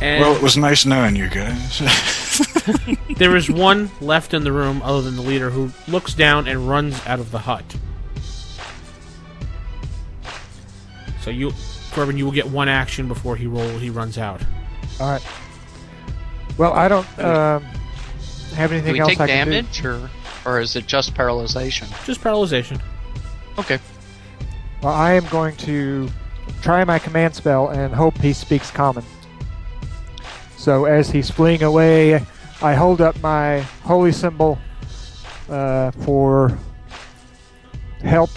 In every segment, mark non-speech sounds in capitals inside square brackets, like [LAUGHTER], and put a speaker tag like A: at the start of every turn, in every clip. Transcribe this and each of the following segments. A: And
B: Well, it was nice knowing you guys. [LAUGHS]
A: there is one left in the room other than the leader who looks down and runs out of the hut. So you, Corbin, you will get one action before he roll. He runs out.
C: All right. Well, I don't um, have anything
D: Do we
C: else
D: take
C: I can
D: damage, or or is it just paralyzation?
A: Just paralyzation.
D: Okay.
C: do. Well, I am going to try my command spell and hope he speaks common. So as he's fleeing away, I hold up my holy symbol uh, for help,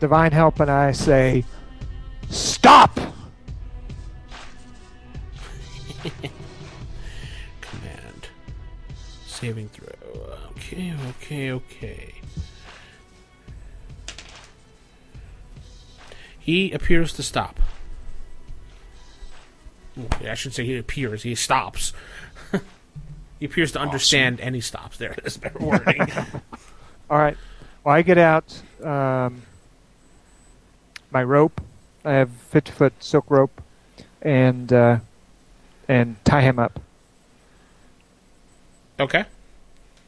C: divine help, and I say, "Stop!"
A: Command. Saving throw. Okay, okay, okay. He appears to stop. Ooh, I should say he appears. He stops. [LAUGHS] he appears to understand, and he stops. There, that's better wording.
C: All right. Well, I get out um, my rope. I have fifty foot silk rope, and uh, and tie him up
A: okay.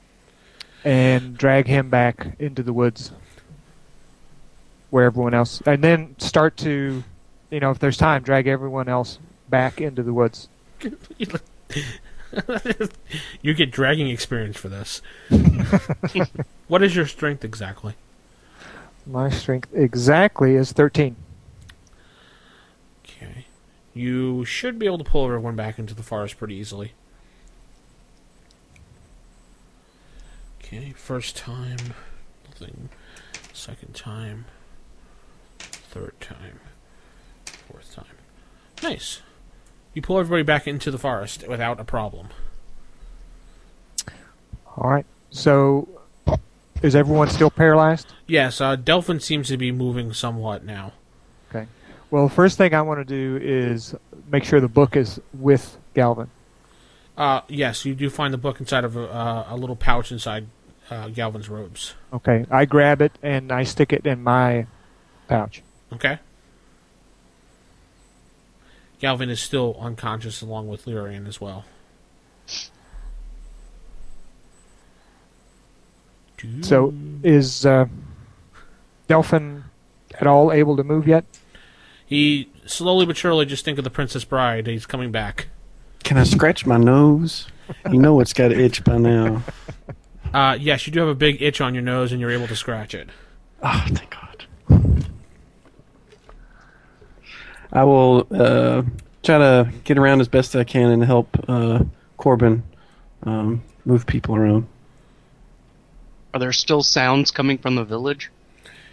A: [LAUGHS]
C: and drag him back into the woods where everyone else, and then start to, you know, if there's time, drag everyone else back into the woods.
A: you get dragging experience for this. what is your strength exactly?
C: My strength exactly is thirteen.
A: Okay. You should be able to pull everyone back into the forest pretty easily. Okay, first time, nothing. Second time, third time, fourth time. Nice. You pull everybody back into the forest without a problem.
C: All right. So, is everyone still paralyzed?
A: Yes, uh, Delphin seems to be moving somewhat now.
C: Well, first thing I want to do is make sure the book is with Galvin.
A: Uh, yes, you do find the book inside of a, uh, a little pouch inside uh, Galvin's robes.
C: Okay, I grab it and I stick it in my pouch.
A: Okay. Galvin is still unconscious along with Lyrian as well.
C: So- Is uh, Delphin at all able to move yet?
A: he slowly but surely just think of the Princess Bride. He's coming back.
E: Can I scratch my nose? You know it's got an itch by now.
A: Uh, yes, you do have a big itch on your nose, and you're able to scratch it.
E: [LAUGHS] Oh, thank God. I will uh, try to get around as best I can and help uh, Corbin um, move people around.
D: Are there still sounds coming from the village?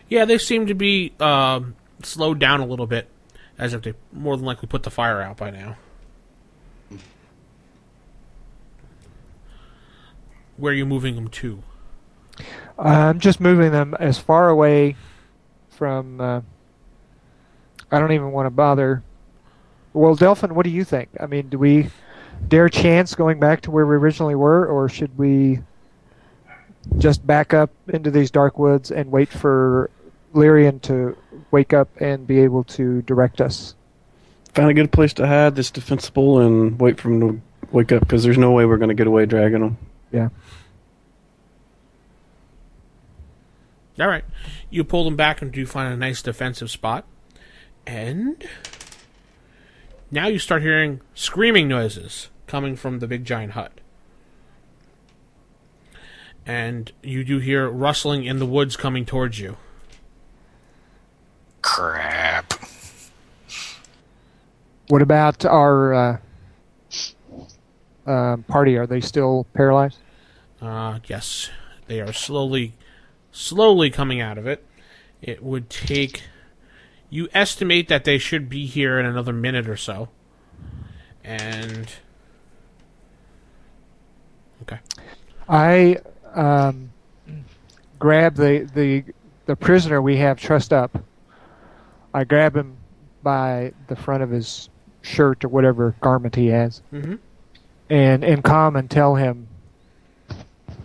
A: Yeah, they seem to be um, slowed down a little bit, as if they more than likely put the fire out by now. Where are you moving them to?
C: I'm just moving them as far away from. Uh, I don't even want to bother. Well, Delphin, what do you think? I mean, do we dare chance going back to where we originally were, or should we just back up into these dark woods and wait for Lyrian to wake up and be able to direct us?
E: Find a good place to hide that's defensible and wait for them to wake up because there's no way we're going to get away dragging them.
A: All right. You pull them back and do find a nice defensive spot. And now you start hearing screaming noises coming from the big giant hut. And you do hear rustling in the woods coming towards you.
B: Crap.
C: What about our uh, um party? Are they still paralyzed?
A: Uh, yes, they are slowly, slowly coming out of it. It would take. You estimate that they should be here in another minute or so. And. Okay.
C: I um, grab the, the the prisoner we have trussed up. I grab him by the front of his shirt or whatever garment he has,
A: Mm-hmm.
C: and in common tell him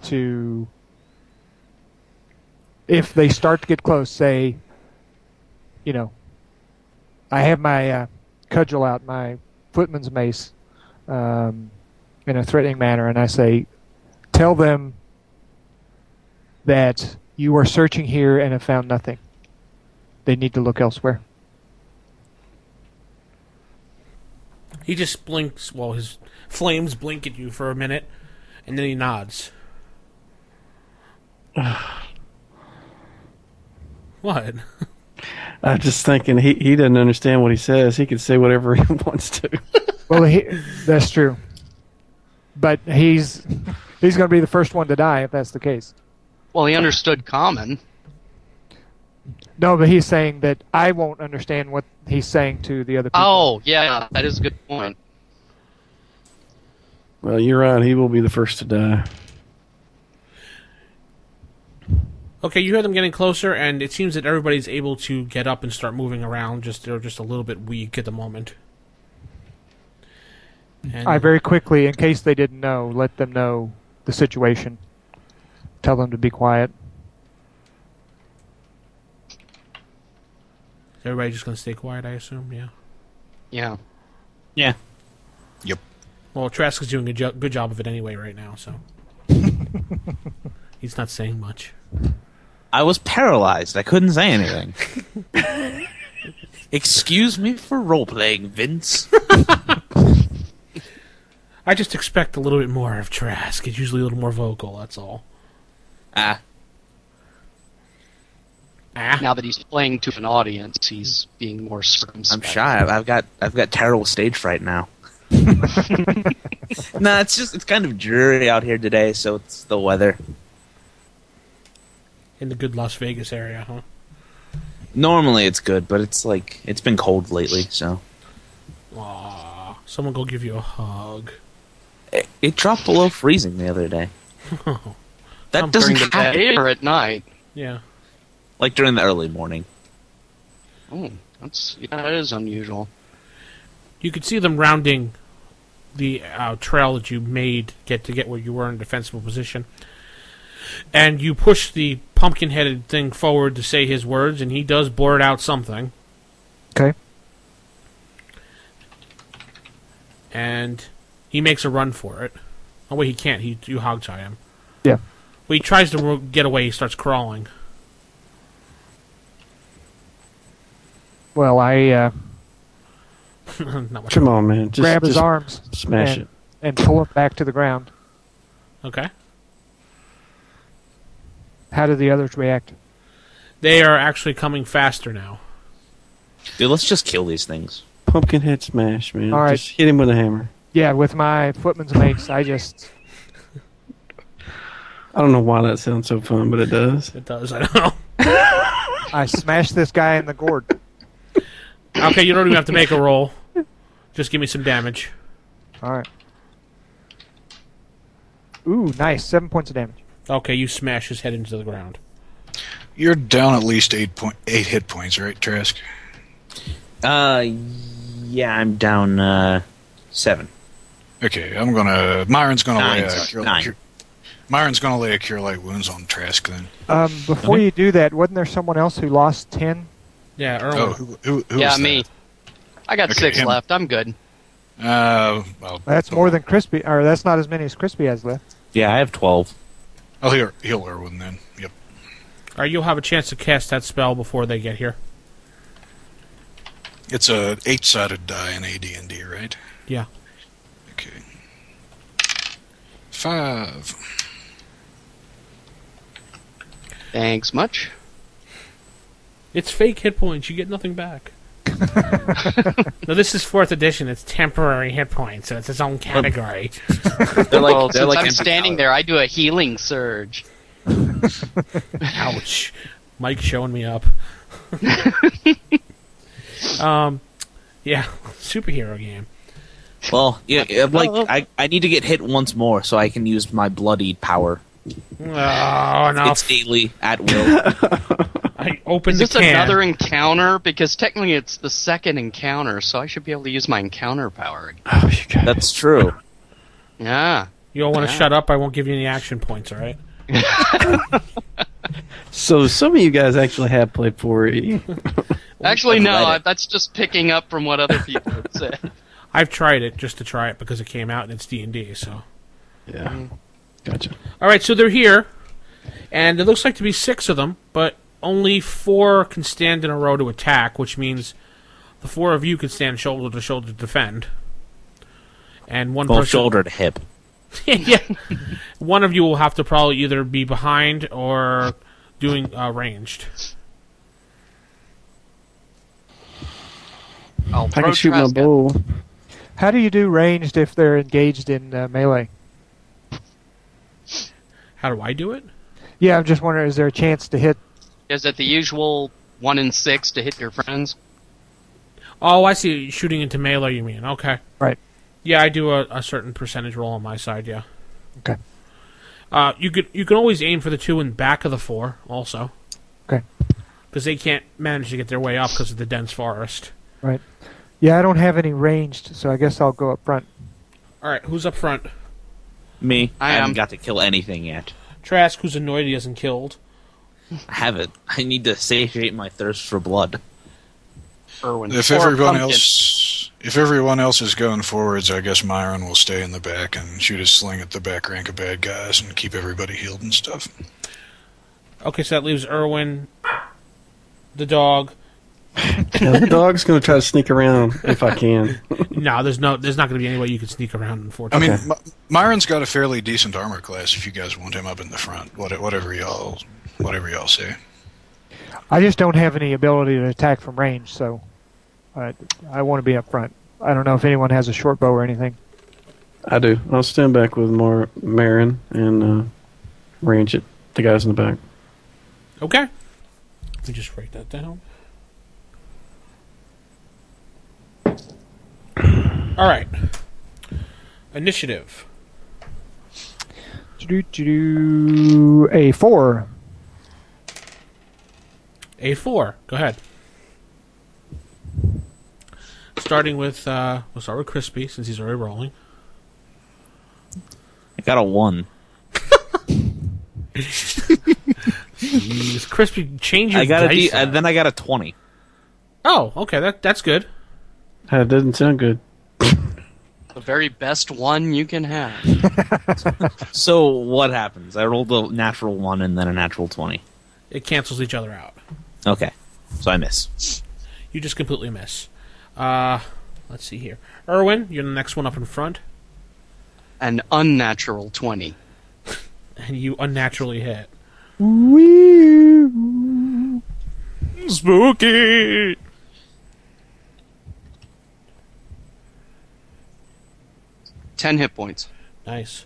C: to, if they start to get close, say, you know, I have my uh, cudgel out, my footman's mace, um, in a threatening manner, and I say, "Tell them that you are searching here and have found nothing. They need to look elsewhere."
A: He just blinks while his flames blink at you for a minute, and then he nods. what?
E: I'm just thinking he, he doesn't understand what he says. He can say whatever [LAUGHS] he wants to.
C: Well, he, that's true, but he's he's going to be the first one to die if that's the case.
D: Well, he understood common.
C: No, but he's saying that I won't understand what he's saying to the other people.
D: Oh, yeah, that is a good point.
E: Well, you're right. He will be the first to die.
A: Okay, you hear them getting closer, and it seems that everybody's able to get up and start moving around. Just they're just a little bit weak at the moment. And
C: I very quickly, in case they didn't know, let them know the situation. Tell them to be quiet.
A: everybody just gonna stay quiet, I assume. Yeah.
D: Yeah.
E: Yeah.
A: Well, Trask is doing a jo- good job of it anyway right now,
C: [LAUGHS]
A: so he's not saying much.
F: I was paralyzed. I couldn't say anything. [LAUGHS] Excuse me for role playing, [LAUGHS] Vince.
A: I just expect a little bit more of Trask. He's usually a little more vocal. That's all.
F: Ah,
A: Ah.
D: Now that he's playing to an audience, he's being more
F: I'm
D: circumspect.
F: shy. I've- I've got I've got terrible stage fright now. [LAUGHS] nah, it's just it's kind of dreary out here today, so it's the weather.
A: in the good Las Vegas area, huh?
F: Normally it's good, but it's like it's been cold lately, so
A: Aw, someone go give you a hug.
F: it, it dropped below freezing the
D: [LAUGHS]
F: other day. That
A: Um,
F: doesn't
D: During the day
F: happen.
D: or at night.
A: Yeah.
F: Like during the early morning.
D: Oh, that's yeah, that is unusual.
A: You could see them rounding the uh, trail that you made get to get where you were in a defensible position. And you push the pumpkin headed thing forward to say his words, and he does blurt out something.
C: Okay.
A: And he makes a run for it. Oh, wait, he can't. He, you hogtie him.
C: Yeah.
A: Well, he tries to ro- get away. He starts crawling. [LAUGHS]
C: Well, I uh,
A: Not much.
E: Come on, man. Just,
C: grab his
E: just
C: arms
E: Smash
C: and,
E: it.
C: and pull him back to the ground.
A: Okay.
C: How do the others react?
A: They are actually coming faster now.
F: Dude, let's just kill these things.
E: Pumpkin head smash, man.
C: All right.
E: Just hit him with a hammer.
C: Yeah, with my footman's mace, I just
E: I don't know why that sounds so fun, but it does.
A: It does. [LAUGHS] I don't know.
C: I smashed this guy in the gourd.
A: Okay, you don't even have to make a roll. Just give me some damage.
C: All right. Ooh, nice. Seven points of damage.
A: Okay, you smash his head into the ground.
B: You're down at least eight point eight hit points, right, Trask?
F: Uh yeah, I'm down uh seven.
B: Okay, I'm gonna. Myron's gonna
F: Nine,
B: lay a
F: sorry,
B: cure,
F: nine.
B: cure- Myron's gonna lay a cure light wounds on Trask. Then.
C: Um, before you do that, wasn't there someone else who lost ten?
A: Yeah,
B: Oh,
A: Erwin.
B: who? who, who
D: yeah,
B: was
D: me. I got
B: Okay,
D: six
B: him.
D: left. I'm good.
B: That? Uh, well,
C: That's more than crispy, or that's not as many as crispy has left.
F: Yeah, I have twelve.
D: [LAUGHS]
B: I'll heal, heal Erwin then. Yep.
A: All right, you'll have a chance to cast that spell before they get here.
B: It's a eight-sided die in AD&D, right?
A: Yeah.
B: Okay. Five.
D: Thanks much.
A: It's fake hit points. You get nothing back. no, this is fourth edition. It's temporary hit points, so it's its own category.
F: They're like,
D: well,
F: they're
D: since
F: like
D: I'm
F: empty
D: standing
F: pallets.
D: there, I do a healing surge.
A: Ouch. Mike's showing me up. um, yeah, superhero game.
F: Well, yeah, I'm like I, I need to get hit once more so I can use my bloodied power.
A: Oh, no.
F: It's daily at will. [LAUGHS]
A: I opened
D: Is
A: the
D: this
A: can.
D: another encounter? Because technically it's the second encounter, so I should be able to use my encounter power.
E: Oh, you got
F: That's true.
D: Yeah.
A: You all want to
D: Yeah.
A: shut up? I won't give you any action points, all right?
E: So some of you guys actually have played 4E.
C: [LAUGHS]
D: Actually, no.
F: Athletic.
D: I, that's just picking up from what other people have said.
A: I've tried it just to try it because it came out and it's D and D. So
E: Yeah. Gotcha.
A: all right, so they're here, and it looks like to be six of them, but only four can stand in a row to attack, which means the four of you can stand shoulder to shoulder to defend, and one
F: Well,
A: person
F: shoulder to hip.
A: [LAUGHS] yeah. One of you will have to probably either be behind or doing uh, ranged.
D: I'll
E: I
D: throw
E: can shoot my
D: Traska.
E: bow.
C: [COUGHS] How do you do ranged if they're engaged in uh, melee?
A: How do I do it?
C: Yeah, I'm just wondering, is there a chance to hit?
D: Is it the usual one in six to hit your friends?
A: Oh, I see. Shooting into melee, you mean? Okay.
C: Right.
A: Yeah, I do a, a certain percentage roll on my side. Yeah.
C: Okay.
A: Uh, you could you can always aim for the two in back of the four also.
C: Okay.
A: Because they can't manage to get their way up because of the dense forest.
C: Yeah, I don't have any ranged, so I guess I'll go up front.
A: All right, who's up front?
F: Me.
D: I
F: I,
D: am.
F: haven't got to kill anything yet.
A: Trask, who's annoyed he hasn't killed.
F: I haven't. [LAUGHS] I need to satiate my thirst for blood.
D: Irwin.
B: If
D: Or
B: everyone
D: Pumpkin.
B: else, if everyone else is going forwards, I guess Myron will stay in the back and shoot his sling at the back rank of bad guys and keep everybody healed and stuff.
A: Okay, so that leaves Irwin, the dog.
E: Yeah, the dog's going to try to sneak around if I can.
A: No, there's no, there's not going to be any way you can sneak around.
B: I
A: Unfortunately,
B: mean, My- Myron's got a fairly decent armor class. If you guys want him up in the front, what, whatever y'all, whatever y'all say.
C: I just don't have any ability to attack from range, so I, I want to be up front. I don't know if anyone has a short bow or anything.
E: I do. I'll stand back with Mar- Marin and uh, range it. The guys in the back.
A: okay. Let me just write that down. All right. Initiative.
C: Doo-doo-doo-doo. A four.
A: A four. Go ahead. Starting with, uh, we'll start with Crispy since he's already rolling.
F: I got a one.
A: Jeez, Crispy, change your
F: I got a
A: dice
F: D,
A: up.
F: and then I got a twenty.
A: oh, okay. That that's good.
E: That doesn't sound good.
D: The very best one you can have.
F: So what happens? I rolled a natural one and then a natural twenty.
A: It cancels each other out.
F: Okay, so I miss.
A: You just completely miss. Uh, let's see here. Erwin, you're the next one up in front,
D: An unnatural 20.
A: and you unnaturally hit.
F: Spooky.
D: Ten hit points.
A: Nice.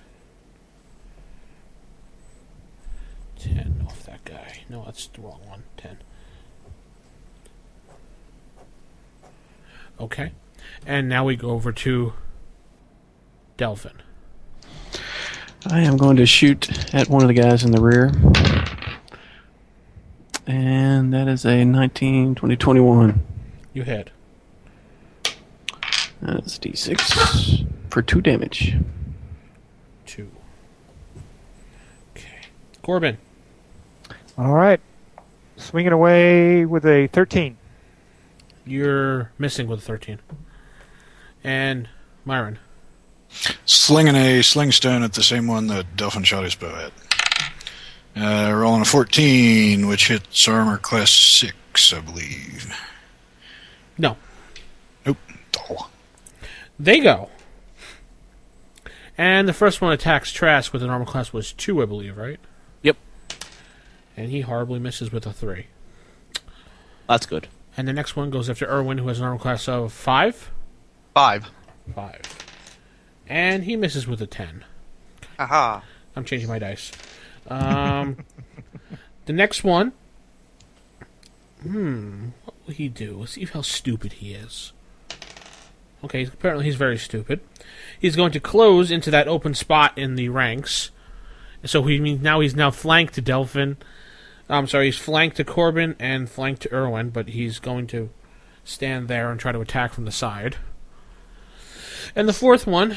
A: Ten off that guy. No, that's the wrong one. Ten. Okay. And now we go over to Delphin.
E: I am going to shoot at one of the guys in the rear. And that is a 19, 20, 21.
A: You hit.
E: That's d6 for 2 damage.
A: Two. Okay. Corbin.
C: All right. Swinging away with a 13.
A: You're missing with 13. And Myron.
B: Slinging a sling stone at the same one that Delphin shot his bow at. Uh, rolling a 14, which hits armor class 6, I believe.
A: No.
B: Nope. Oh.
A: They go. And the first one attacks Trask with an armor class was 2, I believe, right?
F: Yep.
A: And he horribly misses with a 3.
F: That's good.
A: And the next one goes after Erwin, who has an armor class of 5.
D: Five.
A: 5. And he misses with a 10.
D: Aha.
A: I'm changing my dice. Um, the next one. Hmm. What will he do? Let's see how stupid he is. Okay, apparently he's very stupid. He's going to close into that open spot in the ranks. So he means now he's now flanked to Delphin. I'm sorry, he's flanked to Corbin and flanked to Irwin, but he's going to stand there and try to attack from the side. And the fourth one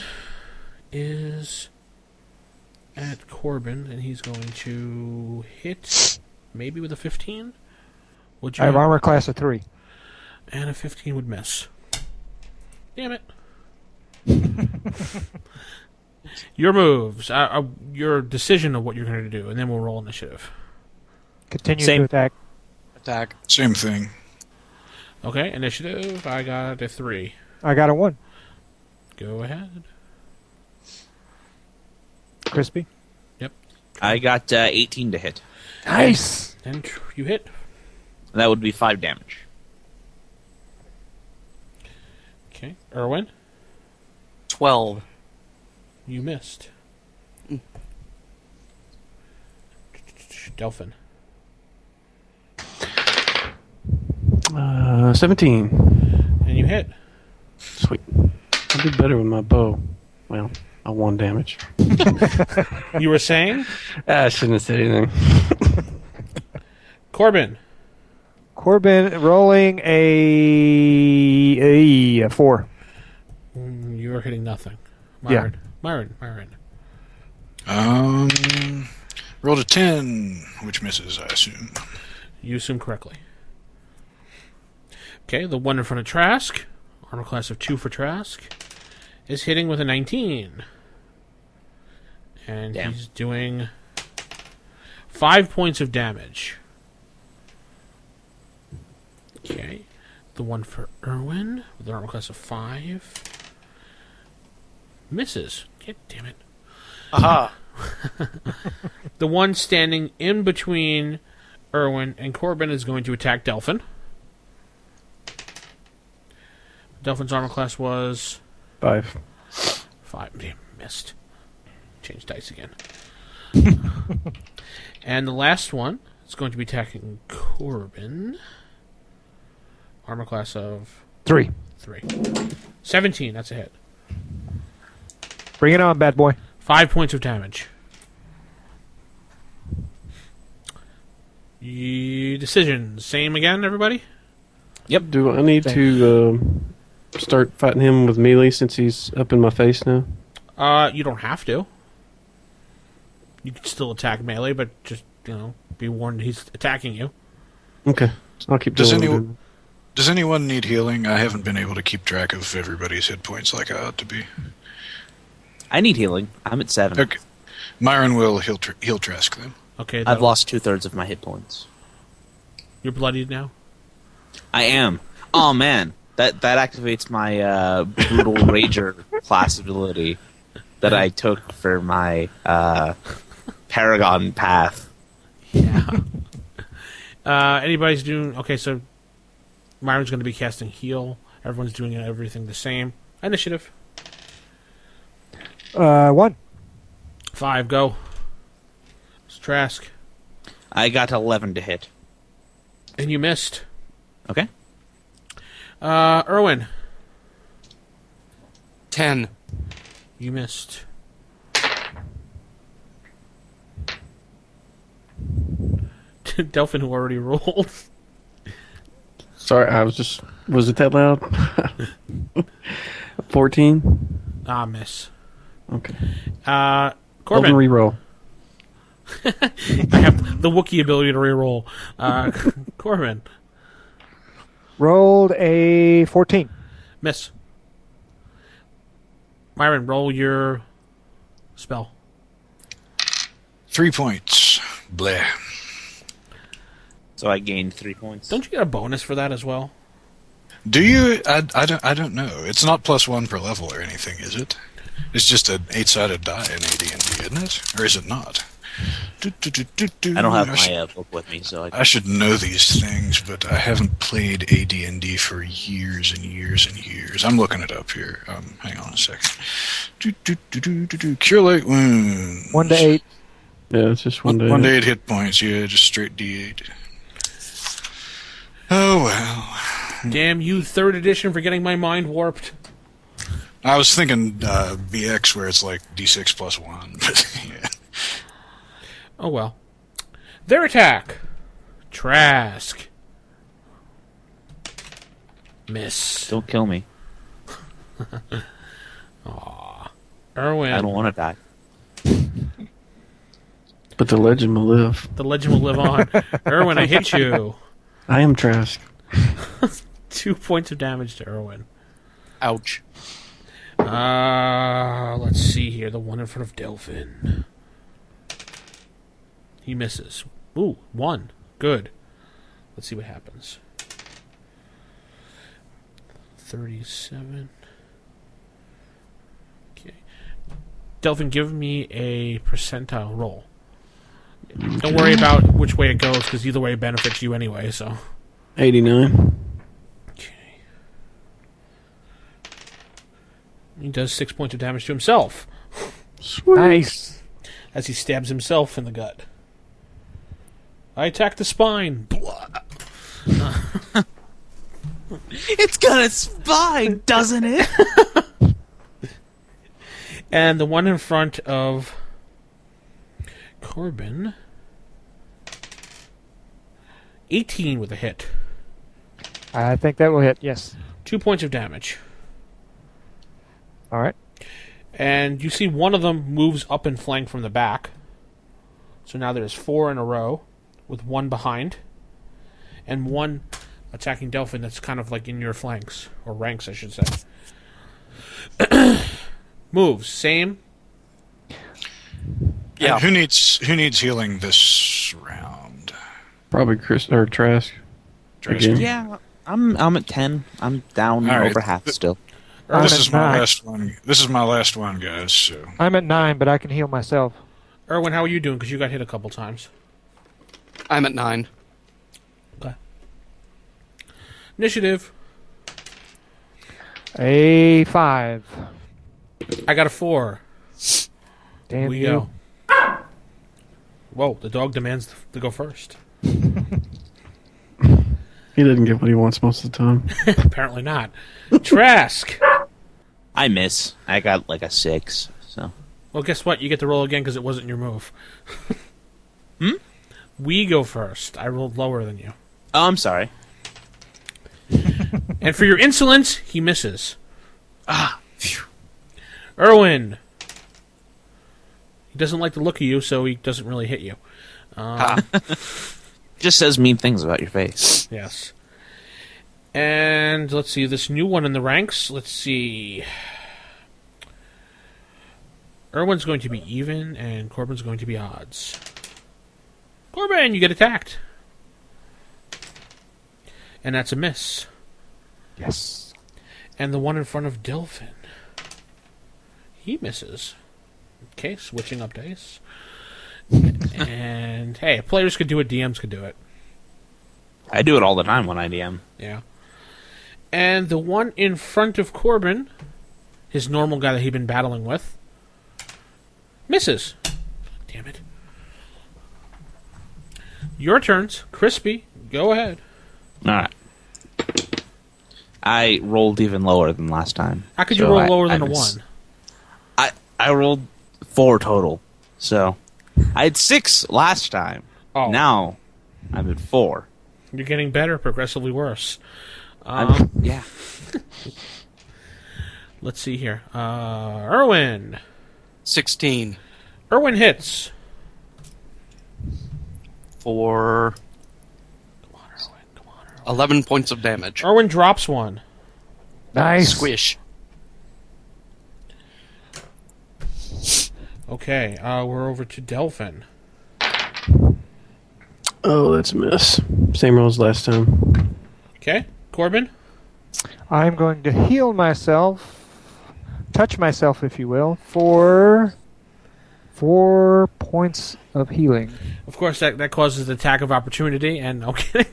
A: is at Corbin, and he's going to hit maybe with a 15. Would you
C: I have armor class of 3.
A: and a 15 would miss. Damn it. Your moves, uh, uh, your decision of what you're going to do, and then we'll roll initiative.
C: Continue
F: Same.
C: to attack.
D: Attack.
B: Same thing.
A: Okay, initiative. I got a three.
C: I got a one.
A: Go ahead.
C: Crispy.
F: I got uh, 18 to hit.
C: Nice.
A: And tr- you hit.
F: That would be five damage.
A: Okay, Erwin,
D: Twelve.
A: you missed. Delphin,
E: Uh, 17.
A: and you hit.
E: Sweet. I did better with my bow. Well, I won damage.
A: You were saying,
E: Ah, I shouldn't have said anything.
A: Corbin.
C: Corbin rolling a, a four.
A: Mm, You are hitting nothing.
C: Yeah.
A: Myron. Myron. Myron.
B: Um, rolled a 10, which misses, I assume.
A: You assume correctly. Okay, the one in front of Trask, armor class of two for Trask, is hitting with a 19. And
F: Damn.
A: he's doing five points of damage. Okay, the one for Irwin with an armor class of five misses. God damn it.
D: Aha.
A: [LAUGHS] The one standing in between Irwin and Corbin is going to attack Delphin. Delphin's armor class was
E: Five.
A: five. Damn, missed. Change dice again. and the last one is going to be attacking Corbin. Armor class of
C: Three.
A: three. 17, that's a hit.
C: Bring it on, bad boy.
A: Five points of damage. Ye- Decision. Same again, everybody?
E: [LAUGHS] Do I need to um, start fighting him with melee since he's up in my face now?
A: Uh, you don't have to. You can still attack melee, but just, you know, be warned he's attacking you.
E: Okay. I'll keep
B: Does
E: doing what I'm
B: anyone-
E: doing.
B: Does anyone need healing? I haven't been able to keep track of everybody's hit points like I ought to be.
F: I need healing. I'm at seven.
B: Okay. Myron will heal, tr- heal Trask then.
A: Okay,
F: I've
A: that'll-
F: lost two thirds of my hit points.
A: You're bloodied now.
F: I am. Oh man, that that activates my
B: [LAUGHS]
F: uh, brutal rager class ability that I took for my uh, paragon path.
A: Uh, anybody's doing okay? So Myron's going to be casting heal. Everyone's doing everything the same. Initiative
C: Uh, one.
A: five. Go. It's Trask,
F: I got eleven to hit.
A: and you missed.
F: Okay.
A: Uh, Erwin,
D: Ten.
A: you missed. [LAUGHS] Delphin, who already [LAUGHS] rolled.
E: Sorry, I was just. Was it that loud? [LAUGHS] 14?
A: Ah, miss.
E: Okay.
A: Uh,
E: Golden
A: Corbin,
E: reroll.
A: I have the Wookiee ability to reroll. Uh, [LAUGHS] Corbin,
C: Rolled a fourteen.
A: miss. Myron, roll your spell.
B: Three points. Bleh.
F: So I gained three points.
A: Don't you get a bonus for that as well?
B: Do you? I, I, don't, I don't know. It's not plus one per level or anything, is it? It's just an eight-sided die in AD&D, isn't it? Or is it not? Do, do, do, do, do.
F: I don't have
B: sh-
F: my uh, book with me, so I
B: I should know these things, but I haven't played AD&D for years and years and years. I'm looking it up here. Um, hang on a second. Do, do, do, do, do, do. Cure light wounds.
C: One to eight.
E: Yeah, it's just one
B: One,
E: day.
B: one to eight hit points. Yeah, just straight D8. Oh well.
A: Damn you, third edition, for getting my mind warped.
B: I was thinking uh, BX where it's like D6 plus one, [LAUGHS] but yeah.
A: Oh well. Their attack. Trask. Miss.
F: don't kill me.
A: Erwin.
F: I don't want to die.
E: But the legend will live.
A: The legend will live
F: [LAUGHS]
A: on. Erwin, I hit you.
E: I am Trask.
A: Two points of damage to Erwin.
D: Ouch.
A: Uh, let's see here. The one in front of Delphin. He misses. Ooh, one. Good. Let's see what happens. 37. Okay. Delphin, give me a percentile roll. Don't worry about which way it goes, because either way it benefits you anyway, so.
E: 89.
A: Okay. He does six points of damage to himself
C: Nice.
A: as he stabs himself in the gut. I attack the spine. Blah.
F: [LAUGHS] It's got a spine, doesn't it?
A: [LAUGHS] And the one in front of Corbin. 18 with a hit.
C: I think that will hit. Yes.
A: Two points of damage.
C: All right.
A: And you see one of them moves up and flank from the back. So now there's four in a row, with one behind, and one attacking Delphin that's kind of like in your flanks, or ranks, I should say. [CLEARS THROAT] Moves, same.
B: Yeah. who needs who needs healing this round?
E: Probably Chris or Trask. Again.
F: yeah, I'm I'm at ten. I'm down
B: All right.
F: over half still.
C: I'm
B: this
C: at
B: is my
C: nine.
B: last one. This is my last one, guys. So
C: I'm at nine, but I can heal myself.
A: Erwin, how are you doing? Because you got hit a couple times.
D: I'm at nine.
A: Initiative.
C: A five.
A: I got a four.
C: Damn
A: we
C: you.
A: go. Whoa, the dog demands to go first.
E: He doesn't get what he wants most of the time.
A: Apparently not. Trask!
F: I miss. I got like a six. So
A: Well, guess what? You get to roll again because it wasn't your move. [LAUGHS] hmm? We go first. I rolled lower than you.
F: oh, I'm sorry.
A: And for your insolence, he misses. Ah, phew. Erwin! He doesn't like the look of you, so he doesn't really hit you.
F: Just says mean things about your face.
A: Yes. And let's see, this new one in the ranks. Let's see. Erwin's going to be even, and Corbin's going to be odds. Corbin, you get attacked. And that's a miss.
C: Yes.
A: And the one in front of Delphin. He misses. Okay, switching up dice. [LAUGHS] and hey, players could do it, DMs could do it.
F: I do it all the time when I DM.
A: Yeah. And the one in front of Corbin, his normal guy that he'd been battling with, misses. Damn it. Your turns. Crispy, go ahead.
F: All right. I rolled even lower than last time.
A: How could you
F: So
A: roll
F: I-
A: lower
F: I
A: than a
F: miss.
A: one?
F: I I rolled four total. So I had six last time.
A: Oh,
F: Now I'm at four.
A: you're getting better, progressively worse. Um, Uh-huh.
F: I'm, [LAUGHS] yeah.
A: Let's see here. Uh, Erwin.
D: Sixteen
A: Erwin hits.
D: for
A: Come on, Erwin. Come on, Erwin.
D: eleven points of damage.
A: Erwin drops one.
C: Nice.
D: Squish.
A: Okay, uh, we're over to Delphin.
E: Oh, that's a miss. Same rolls last time.
A: Okay, Corbin.
C: I'm going to heal myself, touch myself, if you will, for four points of healing.
A: Of course, that, that causes the attack of opportunity, and [LAUGHS] okay,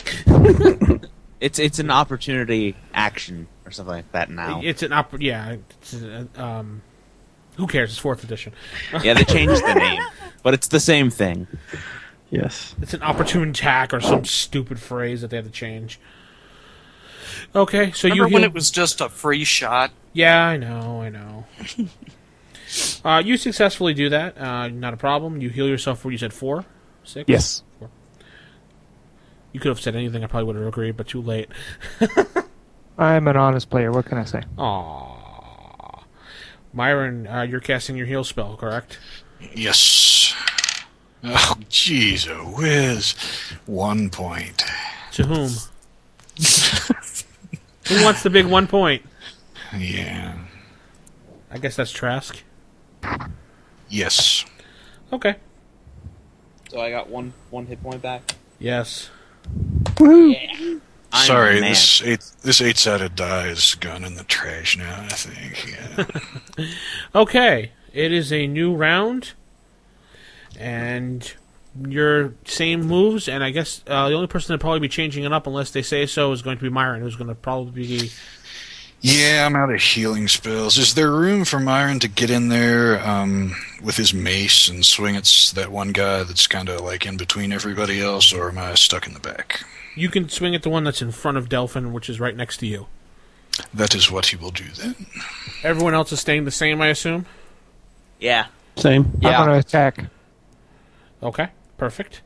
F: It's it's an opportunity action or something like that now.
A: it's an op- [LAUGHS] yeah. It's, uh, um, who cares? It's fourth edition.
F: Yeah, they changed the name, but it's the same thing.
E: Yes.
A: It's an opportune attack or some stupid phrase that they had to change. Okay, so
D: Remember
A: you
D: when
A: heal-
D: it was just a free shot?
A: yeah, I know, I
D: [LAUGHS]
A: know. uh, you successfully do that, uh, not a problem. You heal yourself. What you said, four, six.
C: Yes.
A: You could have said anything. I probably would have agreed, but too late.
C: I'm an honest player. What can I say?
A: Aww. Myron, uh, you're casting your heal spell, correct?
B: yes. Oh, jeez, a whiz. One point.
A: To whom? Who wants the big one point?
B: Yeah.
A: I guess that's Trask.
B: Yes.
A: Okay.
F: So I got one one hit point back.
A: Yes.
F: I'm
B: Sorry,
F: the man.
B: this eight this eight sided die is gone in the trash now. I think.
F: [LAUGHS]
B: Yeah.
A: Okay. It is a new round, and your same moves. And I guess uh, the only person that probably be changing it up, unless they say so, is going to be Myron, who's going to probably be.
B: yeah, I'm out of healing spells. Is there room for Myron to get in there um, with his mace and swing at s- that one guy that's kind of like in between everybody else, or am I stuck in the back?
A: You can swing at the one that's in front of Delphin, which is right next to you.
B: That is what he will do then.
A: Everyone else is staying the same, I assume.
F: Yeah.
E: Same.
F: Yeah.
C: I'm going to attack.
A: Okay, perfect.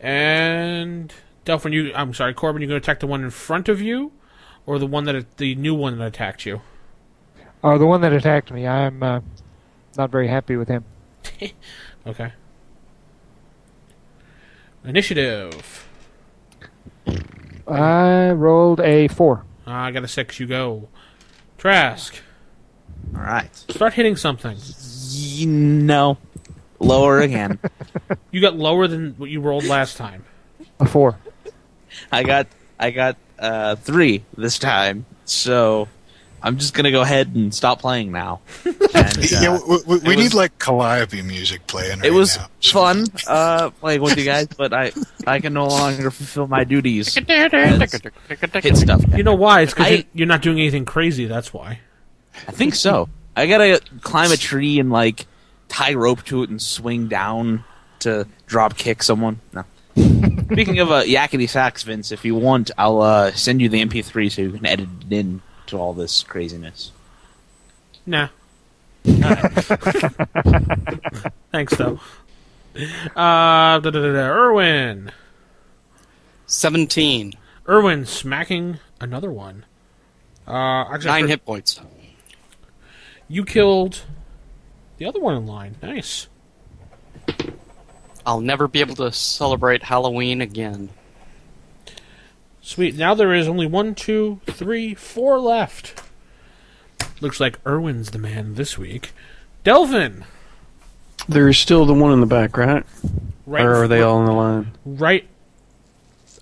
A: And Delphin, you. I'm sorry, Corbin. You going to attack the one in front of you, or the one that the new one that attacked you?
C: Oh, the one that attacked me. I'm uh, not very happy with him.
A: Okay. Initiative.
C: I rolled a four.
A: Ah, I got a six. You go. Trask,
F: All right.
A: start hitting something.
F: Y- no. Lower
B: [LAUGHS]
F: again.
A: You got lower than what you rolled last time.
C: A four.
F: I got I got uh, three this time. So I'm just gonna go ahead and stop
B: [LAUGHS]
F: playing now. And,
B: Yeah,
F: uh,
B: we, we, we
F: it was-
B: need like calliope music playing. Right
F: it was
B: now.
F: fun uh, playing with you guys, but I I can no longer fulfill
C: [LAUGHS]
F: my duties. Hit stuff.
A: You know why? It's because
F: I-
A: you're, you're not doing anything crazy. That's why.
F: I think so. I gotta climb a tree and like tie rope to it and swing down to drop kick someone. [LAUGHS] No. Speaking of uh, yakety sax, Vince, if you want, I'll uh, send you the MP3 so you can edit it in to all this craziness.
A: Nah. [LAUGHS] Thanks though. Uh, da da da da. Irwin.
D: 17.
A: Irwin smacking another one. Uh, actually,
D: Nine
A: for-
D: hit points.
A: You killed the other one in line. Nice.
D: I'll never be able to celebrate Halloween again.
A: Sweet. Now there is only one, two, three, four left. Looks like Irwin's the man this week. Delvin.
E: There's still the one in the back, right?
A: Right.
E: Or are they all in the line?
A: Right.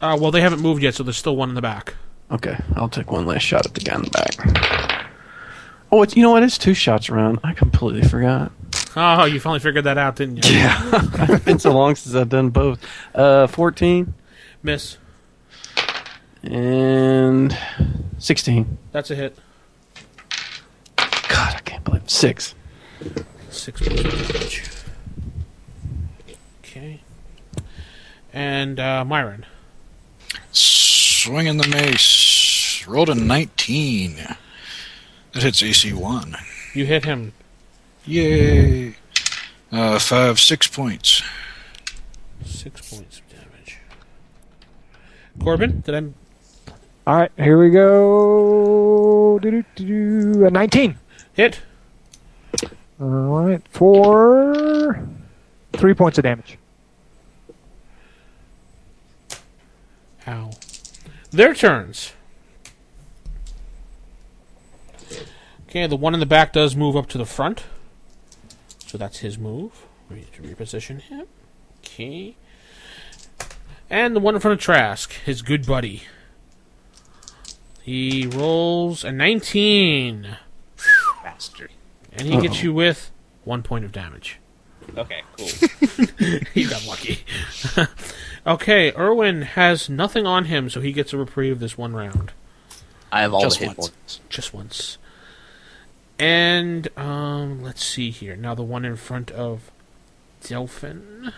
A: Uh, well, they haven't moved yet, so there's still one in the back.
E: Okay, I'll take one last shot at the guy in the back. Oh, it's, you know what? It's two shots around. I completely forgot.
A: Oh, you finally figured that out, didn't
E: [LAUGHS]
A: you?
E: Yeah, it's been so long since I've done both. Uh, 14
A: Miss.
E: and 16.
A: That's a hit.
E: God, I can't believe six.
A: Six points of damage. Okay. And uh, Myron.
B: Swinging the mace. Rolled a 19. That hits AC1.
A: You hit him.
B: Yay. Uh, five, six points.
A: Six points of damage. Corbin, did I?
C: All right, here we go. Do-do-do-do. A 19.
A: Hit.
C: All right, four. Three points of damage.
A: Ow. Their turns. Okay, the one in the back does move up to the front. So that's his move. We need to reposition him. Okay. And the one in front of Trask, his good buddy. He rolls a 19.
F: Bastard.
A: And he gets you with one point of damage. [LAUGHS]
F: Okay, cool.
A: You got lucky. [LAUGHS] okay, Irwin has nothing on him, so he gets a reprieve this one round.
F: [LAUGHS] I have all
D: Just
F: the hit
D: once.
F: points.
A: Just once. And um, let's see here. Now the one in front of Delphin.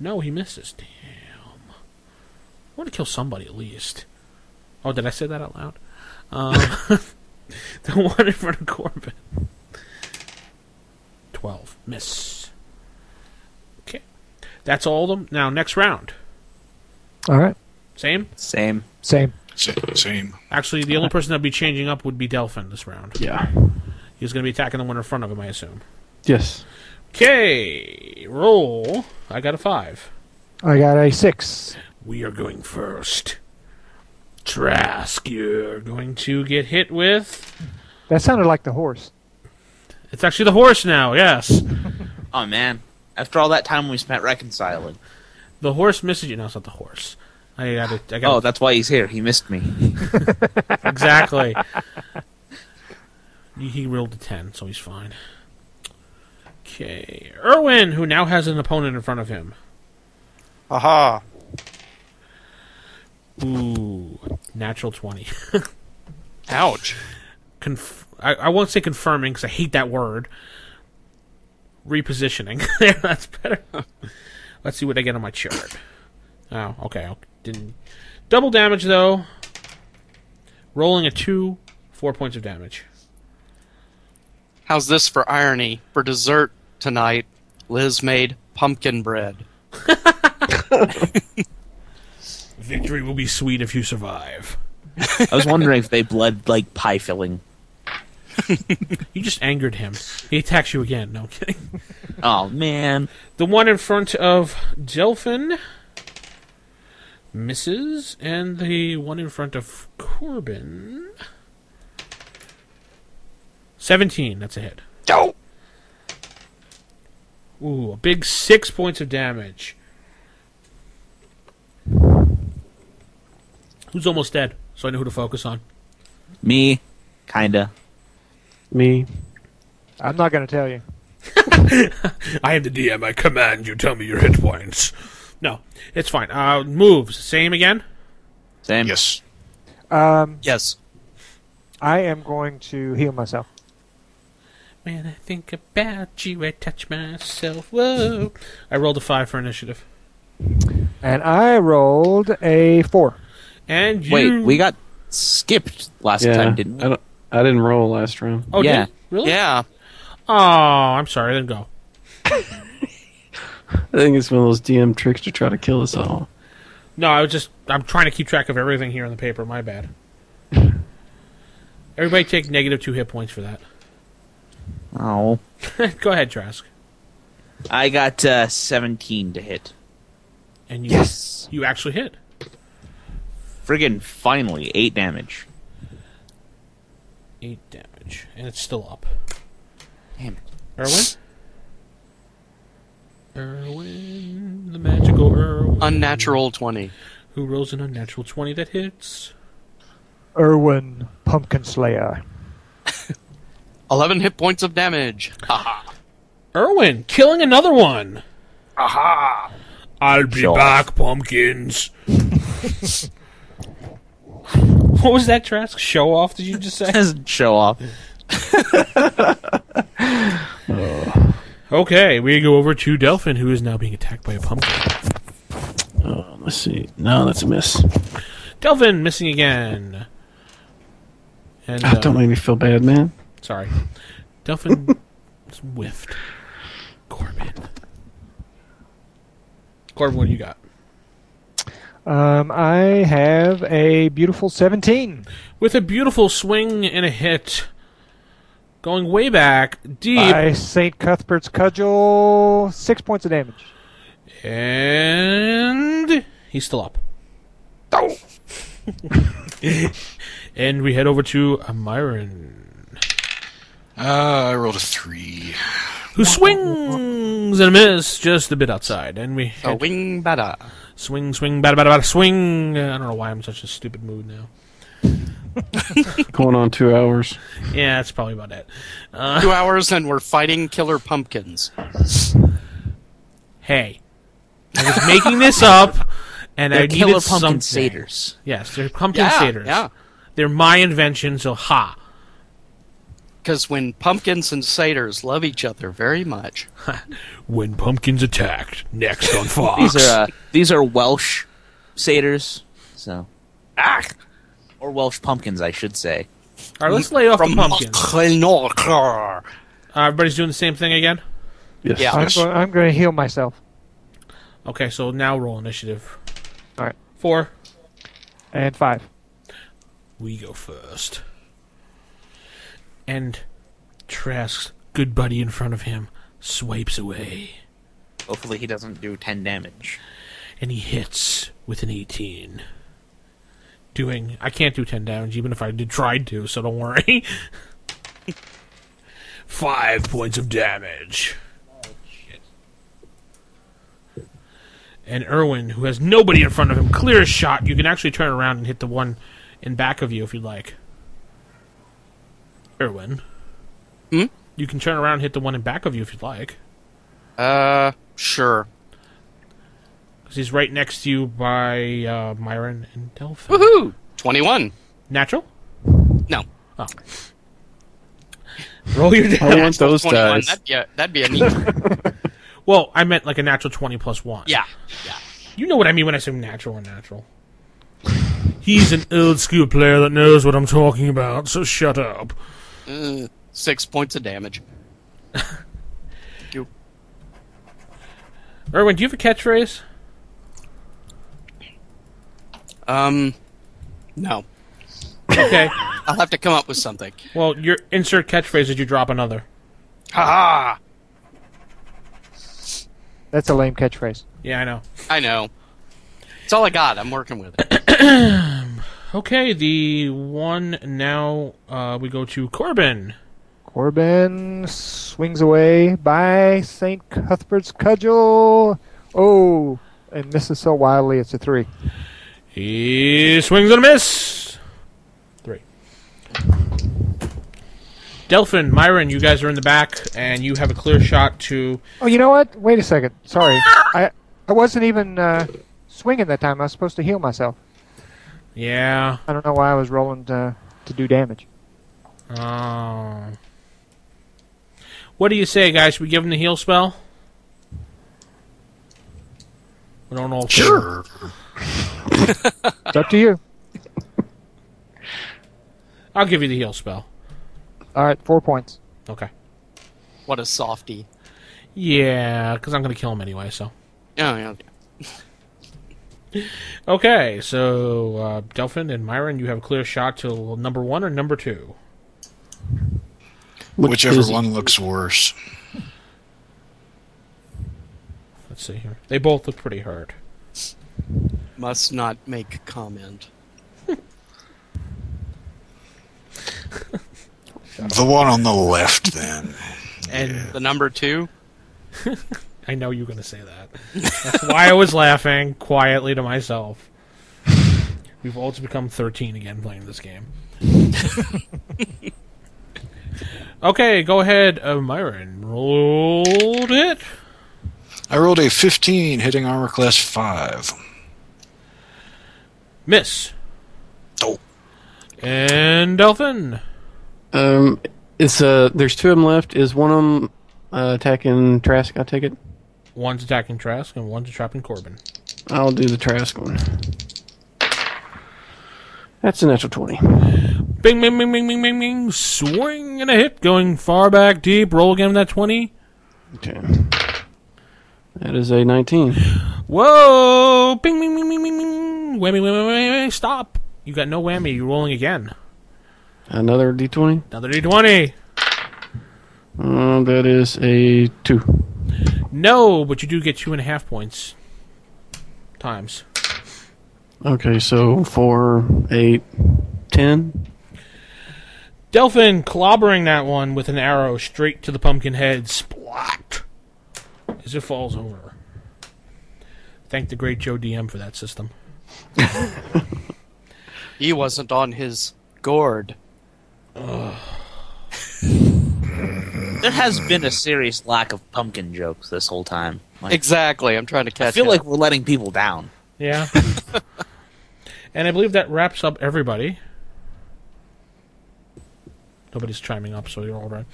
A: No, he misses. Damn. I want to kill somebody at least. Oh, did I say that out loud? Um, [LAUGHS] the one in front of Corbin. Twelve. Miss. Okay. That's all of them. Now, next round.
C: All right,
A: Same?
F: Same.
C: same.
B: Sa- Same.
A: Actually, the only person that'd be changing up would be Delphin this round.
E: Yeah.
A: He's going to be attacking the one in front of him, I assume.
E: Yes.
A: Okay, roll. I got a five.
C: I got a six.
A: We are going first. Trask, you're going to get hit with
C: That sounded like the horse.
A: It's actually the horse now, yes.
F: Oh man! After all that time we spent reconciling.
A: The horse misses you. No, it's not the horse. I got it. I got
F: Oh, that's why he's here. He missed me.
A: exactly. [LAUGHS] He- he rolled a 10, so he's fine. Okay. Erwin, who now has an opponent in front of him.
G: Aha.
A: Ooh, natural [LAUGHS] 20.
G: Ouch.
A: Conf- I, I won't say confirming because I hate that word. Repositioning. [LAUGHS] there, that's better. Let's see what I get on my chart. Oh, okay. I Didn't double damage though. Rolling a two, four points of damage.
D: How's this for irony? For dessert tonight, Liz made pumpkin bread.
A: Victory will be sweet if you survive.
F: I was wondering if they bled like pie filling.
A: You just angered him. He attacks you again. No I'm kidding.
F: Oh man!
A: The one in front of Delphin misses, and the one in front of Corbin. 17, that's a hit.
G: Yo.
A: Ooh, a big six points of damage. Who's almost dead, so I know who to focus on.
F: Me, kinda.
E: Me.
C: I'm not going to tell you.
A: I am the DM, I command you, tell me your hit points. No, it's fine. Uh, moves, same again?
F: Same.
B: Yes.
C: Um,
F: Yes.
C: I am going to heal myself.
A: When I think about you, I touch myself. Whoa! I rolled a five for initiative,
C: And I rolled a four.
A: and you.
F: Wait, we got skipped last
E: yeah.
F: time, didn't
E: I,
F: we?
E: don't, I didn't roll last round.
A: Oh, did-
F: yeah.
A: really?
D: Yeah,
A: Oh, I'm sorry. Then go.
E: I think it's one of those DM tricks to try to kill us all.
A: No, I was just. I'm trying to keep track of everything here on the paper. My
F: [LAUGHS]
A: bad. Everybody take negative two hit points for that. [LAUGHS]
F: Oh.
A: go ahead, Trask.
F: I got uh, 17 to hit.
A: And you, you actually hit.
F: Friggin' finally, 8 [LAUGHS] damage.
A: Eight damage, and it's still up.
F: Damn
A: Erwin. Erwin, the magical Erwin,
D: unnatural 20.
A: who rolls an unnatural twenty that hits.
C: Erwin Pumpkin Slayer.
D: 11 hit points of damage.
A: Erwin killing another one. Aha! I'll be
F: Sure.
A: back,
F: [LAUGHS]
A: pumpkins. what was that, Trask? Show off? Did you just
F: [LAUGHS]
A: say?
F: Doesn't show off.
A: okay, we go over to Delphin, who is now being attacked by a pumpkin.
E: Oh, let's see. No, that's a miss.
A: Delphin missing again. And uh,
E: Ah, Don't make me feel bad, man.
A: [LAUGHS] sorry, Delphin whiffed. Corbin. Corbin, what do you got?
C: Um, I have a beautiful 17.
A: With a beautiful swing and a hit, going way back deep.
C: By St. Cuthbert's Cudgel, six points of damage.
A: And he's still up. [LAUGHS] and we head over to uh, Myron,
B: Uh, I rolled a three.
A: who swings and a miss just a bit outside. And we
D: A
A: head-
D: wing bada.
A: swing, swing, bada, bada, bada, swing. Uh, I don't know why I'm in such a stupid mood now.
E: Going on two hours.
A: Yeah, that's probably about it. Uh.
D: Two hours and we're fighting killer pumpkins.
A: Hey, I was making this up, and I
F: They're
A: needed
F: killer
A: something.
F: pumpkin satyrs.
A: Yes, they're pumpkin
D: Yeah,
A: satyrs.
D: yeah.
A: They're my invention, so ha.
D: Because when pumpkins and satyrs love each other very much,
A: When pumpkins attacked, next
F: [LAUGHS]
A: on Fox.
F: These are uh, these are Welsh satyrs. So,
G: Ah.
F: or Welsh pumpkins, I should say.
A: All right, let's lay off the
G: From
A: pumpkins.
G: Clenor.
A: Uh, everybody's doing the same thing again.
E: Yes.
D: Yeah.
C: I'm,
B: Yes.
C: go- I'm going to heal myself.
A: Okay, so now roll initiative.
C: All right.
A: Four.
C: And five.
A: We go first. And Trask's good buddy in front of him swipes away,
F: Hopefully, he doesn't do 10 damage.
A: and he hits with an eighteen. Doing, I can't do ten damage even if I did try to, so don't worry. [LAUGHS] five points of damage. And Irwin, who has nobody in front of him, clear as shot. You can actually turn around and hit the one in back of you if you'd like. Irwin.
D: Hmm?
A: You can turn around and hit the one in back of you if you'd like.
D: Uh, sure.
A: Because he's right next to you by uh, Myron and Delphin.
D: Woohoo! 21.
A: Natural?
D: No.
A: Oh. Roll your
E: I
A: damage.
E: want those
D: 21.
E: dice.
D: That'd be a, that'd be a neat.
A: Well, I meant like a natural 20 plus 1.
D: yeah. Yeah.
A: You know what I mean when I say natural and natural. He's an old school player that knows what I'm talking about, so shut up.
D: [LAUGHS] Uh, six points of damage.
A: Erwin, do you have a catchphrase?
D: Um, no.
A: Okay.
D: I'll have to come up with something.
A: well, your insert catchphrase as you drop another.
G: Ha ha!
C: That's a lame catchphrase.
A: Yeah, I know.
D: I know. It's all I got. I'm working with it.
A: Okay, the one now uh, we go to Corbin.
C: Corbin swings away by St. Cuthbert's cudgel. Oh, and misses so wildly it's a three.
A: He swings and a miss. Three. Delphin, Myron, you guys are in the back, and you have a clear shot to.
C: Oh, you know what? Wait a second. Sorry. I, I wasn't even uh, swinging that time. I was supposed to heal myself.
A: Yeah.
C: I don't know why I was rolling to, to do damage.
A: Oh. What do you say, guys? Should we give him the heal spell? We don't all
B: Sure.
C: It's up to you.
A: I'll give you the heal spell.
C: All right, four points.
A: Okay.
D: What a softy.
A: Yeah, because I'm gonna kill him anyway. So.
D: Oh, yeah.
A: Okay, so uh, Delphin and Myron, you have a clear shot to number one or number two.
E: Looks
B: Whichever
E: busy.
B: one looks worse.
A: Let's see here. They both look pretty hurt.
D: Must not make comment.
B: The one on the left, then.
D: And the number two?
A: I know you're gonna say that. That's why I was laughing quietly to myself. We've all just become 13 again playing this game. okay, go ahead, uh, Myron. Rolled it.
B: I rolled a 15, hitting armor class 5.
A: Miss.
B: Oh.
A: And Delphin.
E: Um, it's uh, there's two of them left. Is one of them uh, attacking Trask? I take it.
A: One's attacking Trask and one's trapping Corbin.
E: I'll do the Trask one. That's a natural twenty.
A: Bing, bing, bing, bing, bing, bing, bing. Swing and a hit. Going far back, deep. Roll again with that 20.
E: Okay. That is a nineteen.
A: Whoa! Bing, bing, bing, bing, bing, bing. Whammy, whammy, whammy, whammy. Stop! You got no whammy. You're rolling again.
E: Another D twenty.
A: Another d20.
E: Um, that is a two.
A: No, but you do get two and a half points. Times.
E: Okay, so four, eight, ten.
A: Delphin clobbering that one with an arrow straight to the pumpkin head. Splat! As it falls over. Thank the great Joe DM for that system.
D: He wasn't on his gourd.
F: There has been a serious lack of pumpkin jokes this whole time. Like,
D: Exactly. I'm trying to catch
F: I feel
D: him.
F: like we're letting people down.
A: Yeah. and I believe that wraps up everybody. Nobody's chiming up, so you're all right.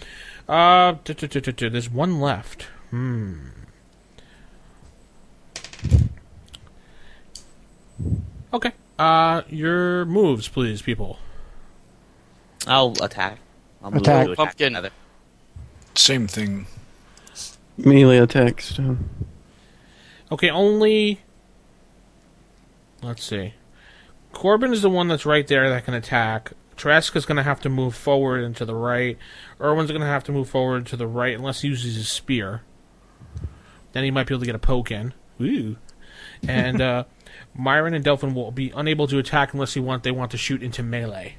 A: Uh, tu- tu- tu- tu- tu, there's one left. Hmm. Okay. Uh, your moves, please, people.
F: I'll attack. I'll move
C: Attack.
F: to
D: Pumpkin.
F: another.
B: Same thing.
E: Melee attacks. So.
A: Okay, only. Let's see. Corbin is the one that's right there that can attack. Trask is going to have to move forward and to the right. Irwin's going to have to move forward to the right unless he uses his spear. Then he might be able to get a poke in. Ooh. And uh, Myron and Delphin will be unable to attack unless he want they want to shoot into melee.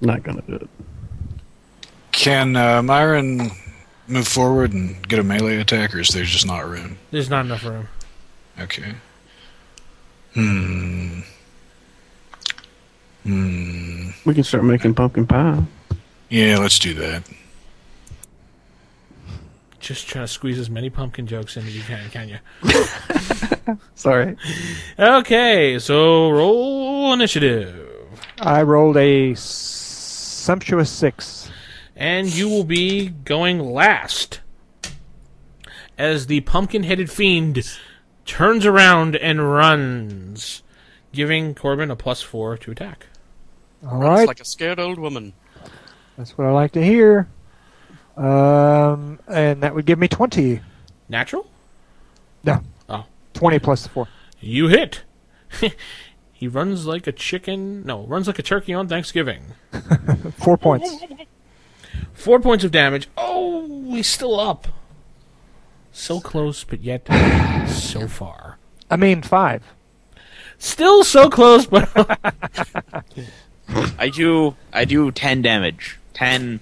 E: Not gonna do it.
B: Can uh, Myron move forward and get a melee attack, or is there just not room?
A: There's not enough room.
B: Okay. Hmm. Hmm.
E: We can start making pumpkin pie.
B: Yeah, let's do that.
A: Just trying to squeeze as many pumpkin jokes in as you can, can you?
E: Sorry.
A: Okay, so roll initiative.
C: I rolled a s- sumptuous six.
A: And you will be going last. As the pumpkin headed fiend turns around and runs, giving Corbin a plus four to attack.
C: All
D: Runs
C: right,
D: like a scared old woman.
C: that's what I like to hear. Um, and that would give me twenty.
A: Natural? Oh.
C: Twenty plus the four.
A: You hit. [LAUGHS] he runs like a chicken. No, runs like a turkey on Thanksgiving.
C: Four points.
A: Four points of damage. Oh, he's still up. So close, but yet so far.
C: I mean five.
A: Still so close, but [LAUGHS]
F: I do I do ten damage. Ten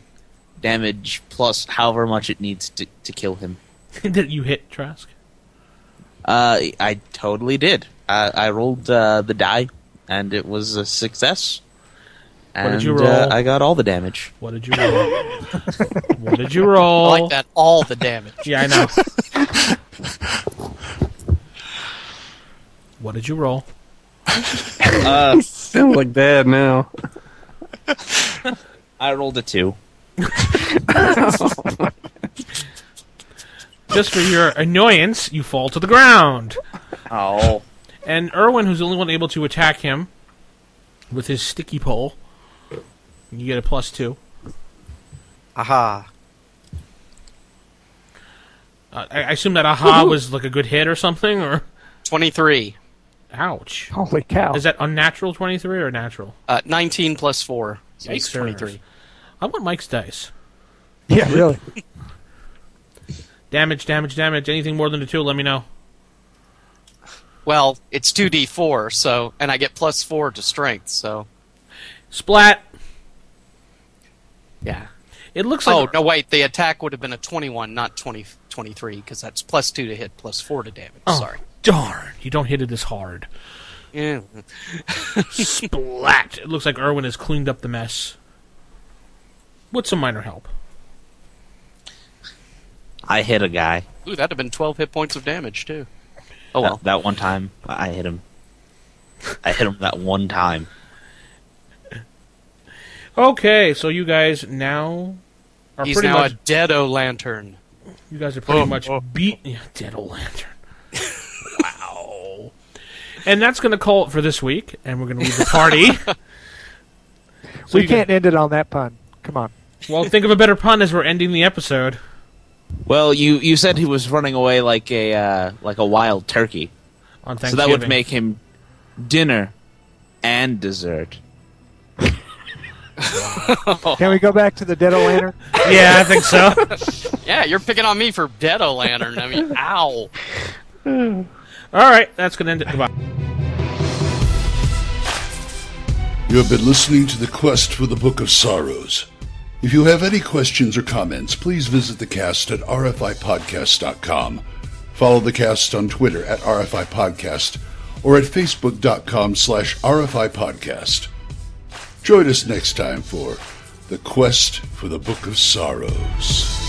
F: damage plus however much it needs to, to kill him.
A: that you hit Trask.
F: Uh, I totally did. I, I rolled uh, the die, and it was a success.
A: What did you
F: And, uh,
A: roll?
F: I got all the damage.
A: What did you roll? what did you roll?
D: I like that. All the damage.
A: Yeah, I know. what did you roll?
F: Uh,
E: Sounds like dad now.
F: I rolled a two.
A: Just for your annoyance, you fall to the ground.
F: Oh,
A: And Erwin, who's the only one able to attack him with his sticky pole, you get a plus two.
D: Aha.
A: Uh, I, I assume that aha was like a good hit or something, or
D: 23.
A: ouch.
C: Holy cow!
A: Is that unnatural 23 or natural?
D: Uh, 19 plus 4. So it's
A: Yikes.
D: 23.
A: I want Mike's dice.
C: yeah,
A: [LAUGHS]
C: really.
A: Damage, damage, damage. Anything more than a two, let me know.
D: Well, it's 2d4, so, and I get plus 4 to strength, so,
A: Splat.
D: yeah.
A: It looks like.
D: Oh, no, wait, the attack would have been a 21, not 20, 23, because that's plus 2 to hit, plus 4 to damage.
A: Oh,
D: Sorry.
A: Darn. You don't hit it this hard.
D: [LAUGHS] Yeah.
A: Splat. It looks like Erwin has cleaned up the mess. With some minor help.
F: [LAUGHS] I hit a guy
D: Ooh, that'd have been 12 hit points of damage, too. Oh,
F: that,
D: well.
F: that one time. I hit him. I hit him that one time.
A: Okay, so you guys now are
D: He's
A: pretty
D: now
A: much
D: a dead o lantern.
A: You guys are pretty
D: Oh,
A: much
D: oh.
A: beat. [LAUGHS] Yeah, dead old lantern. wow. And that's going to call it for this week, and we're going to leave the
D: [LAUGHS]
A: party.
C: we
A: you can-
C: can't end it on that pun. Come on.
A: well, think of a better pun as we're ending the episode.
F: Well, you, you said he was running away like a uh, like a wild turkey,
A: On
F: so
A: Thanksgiving.
F: that would make him dinner and dessert.
A: Oh.
C: Can we go back to the dead old lantern?
A: [LAUGHS] Yeah, I think so.
D: Yeah, you're picking on me for dead o lantern. I mean, ow.
A: All right, that's going to end it. Goodbye.
H: You have been listening to The Quest for the Book of Sorrows. If you have any questions or comments, please visit the cast at rfipodcast.com. Follow the cast on Twitter at rfipodcast or at facebook.com slash rfipodcast. Join us next time for The Quest for the Book of Sorrows.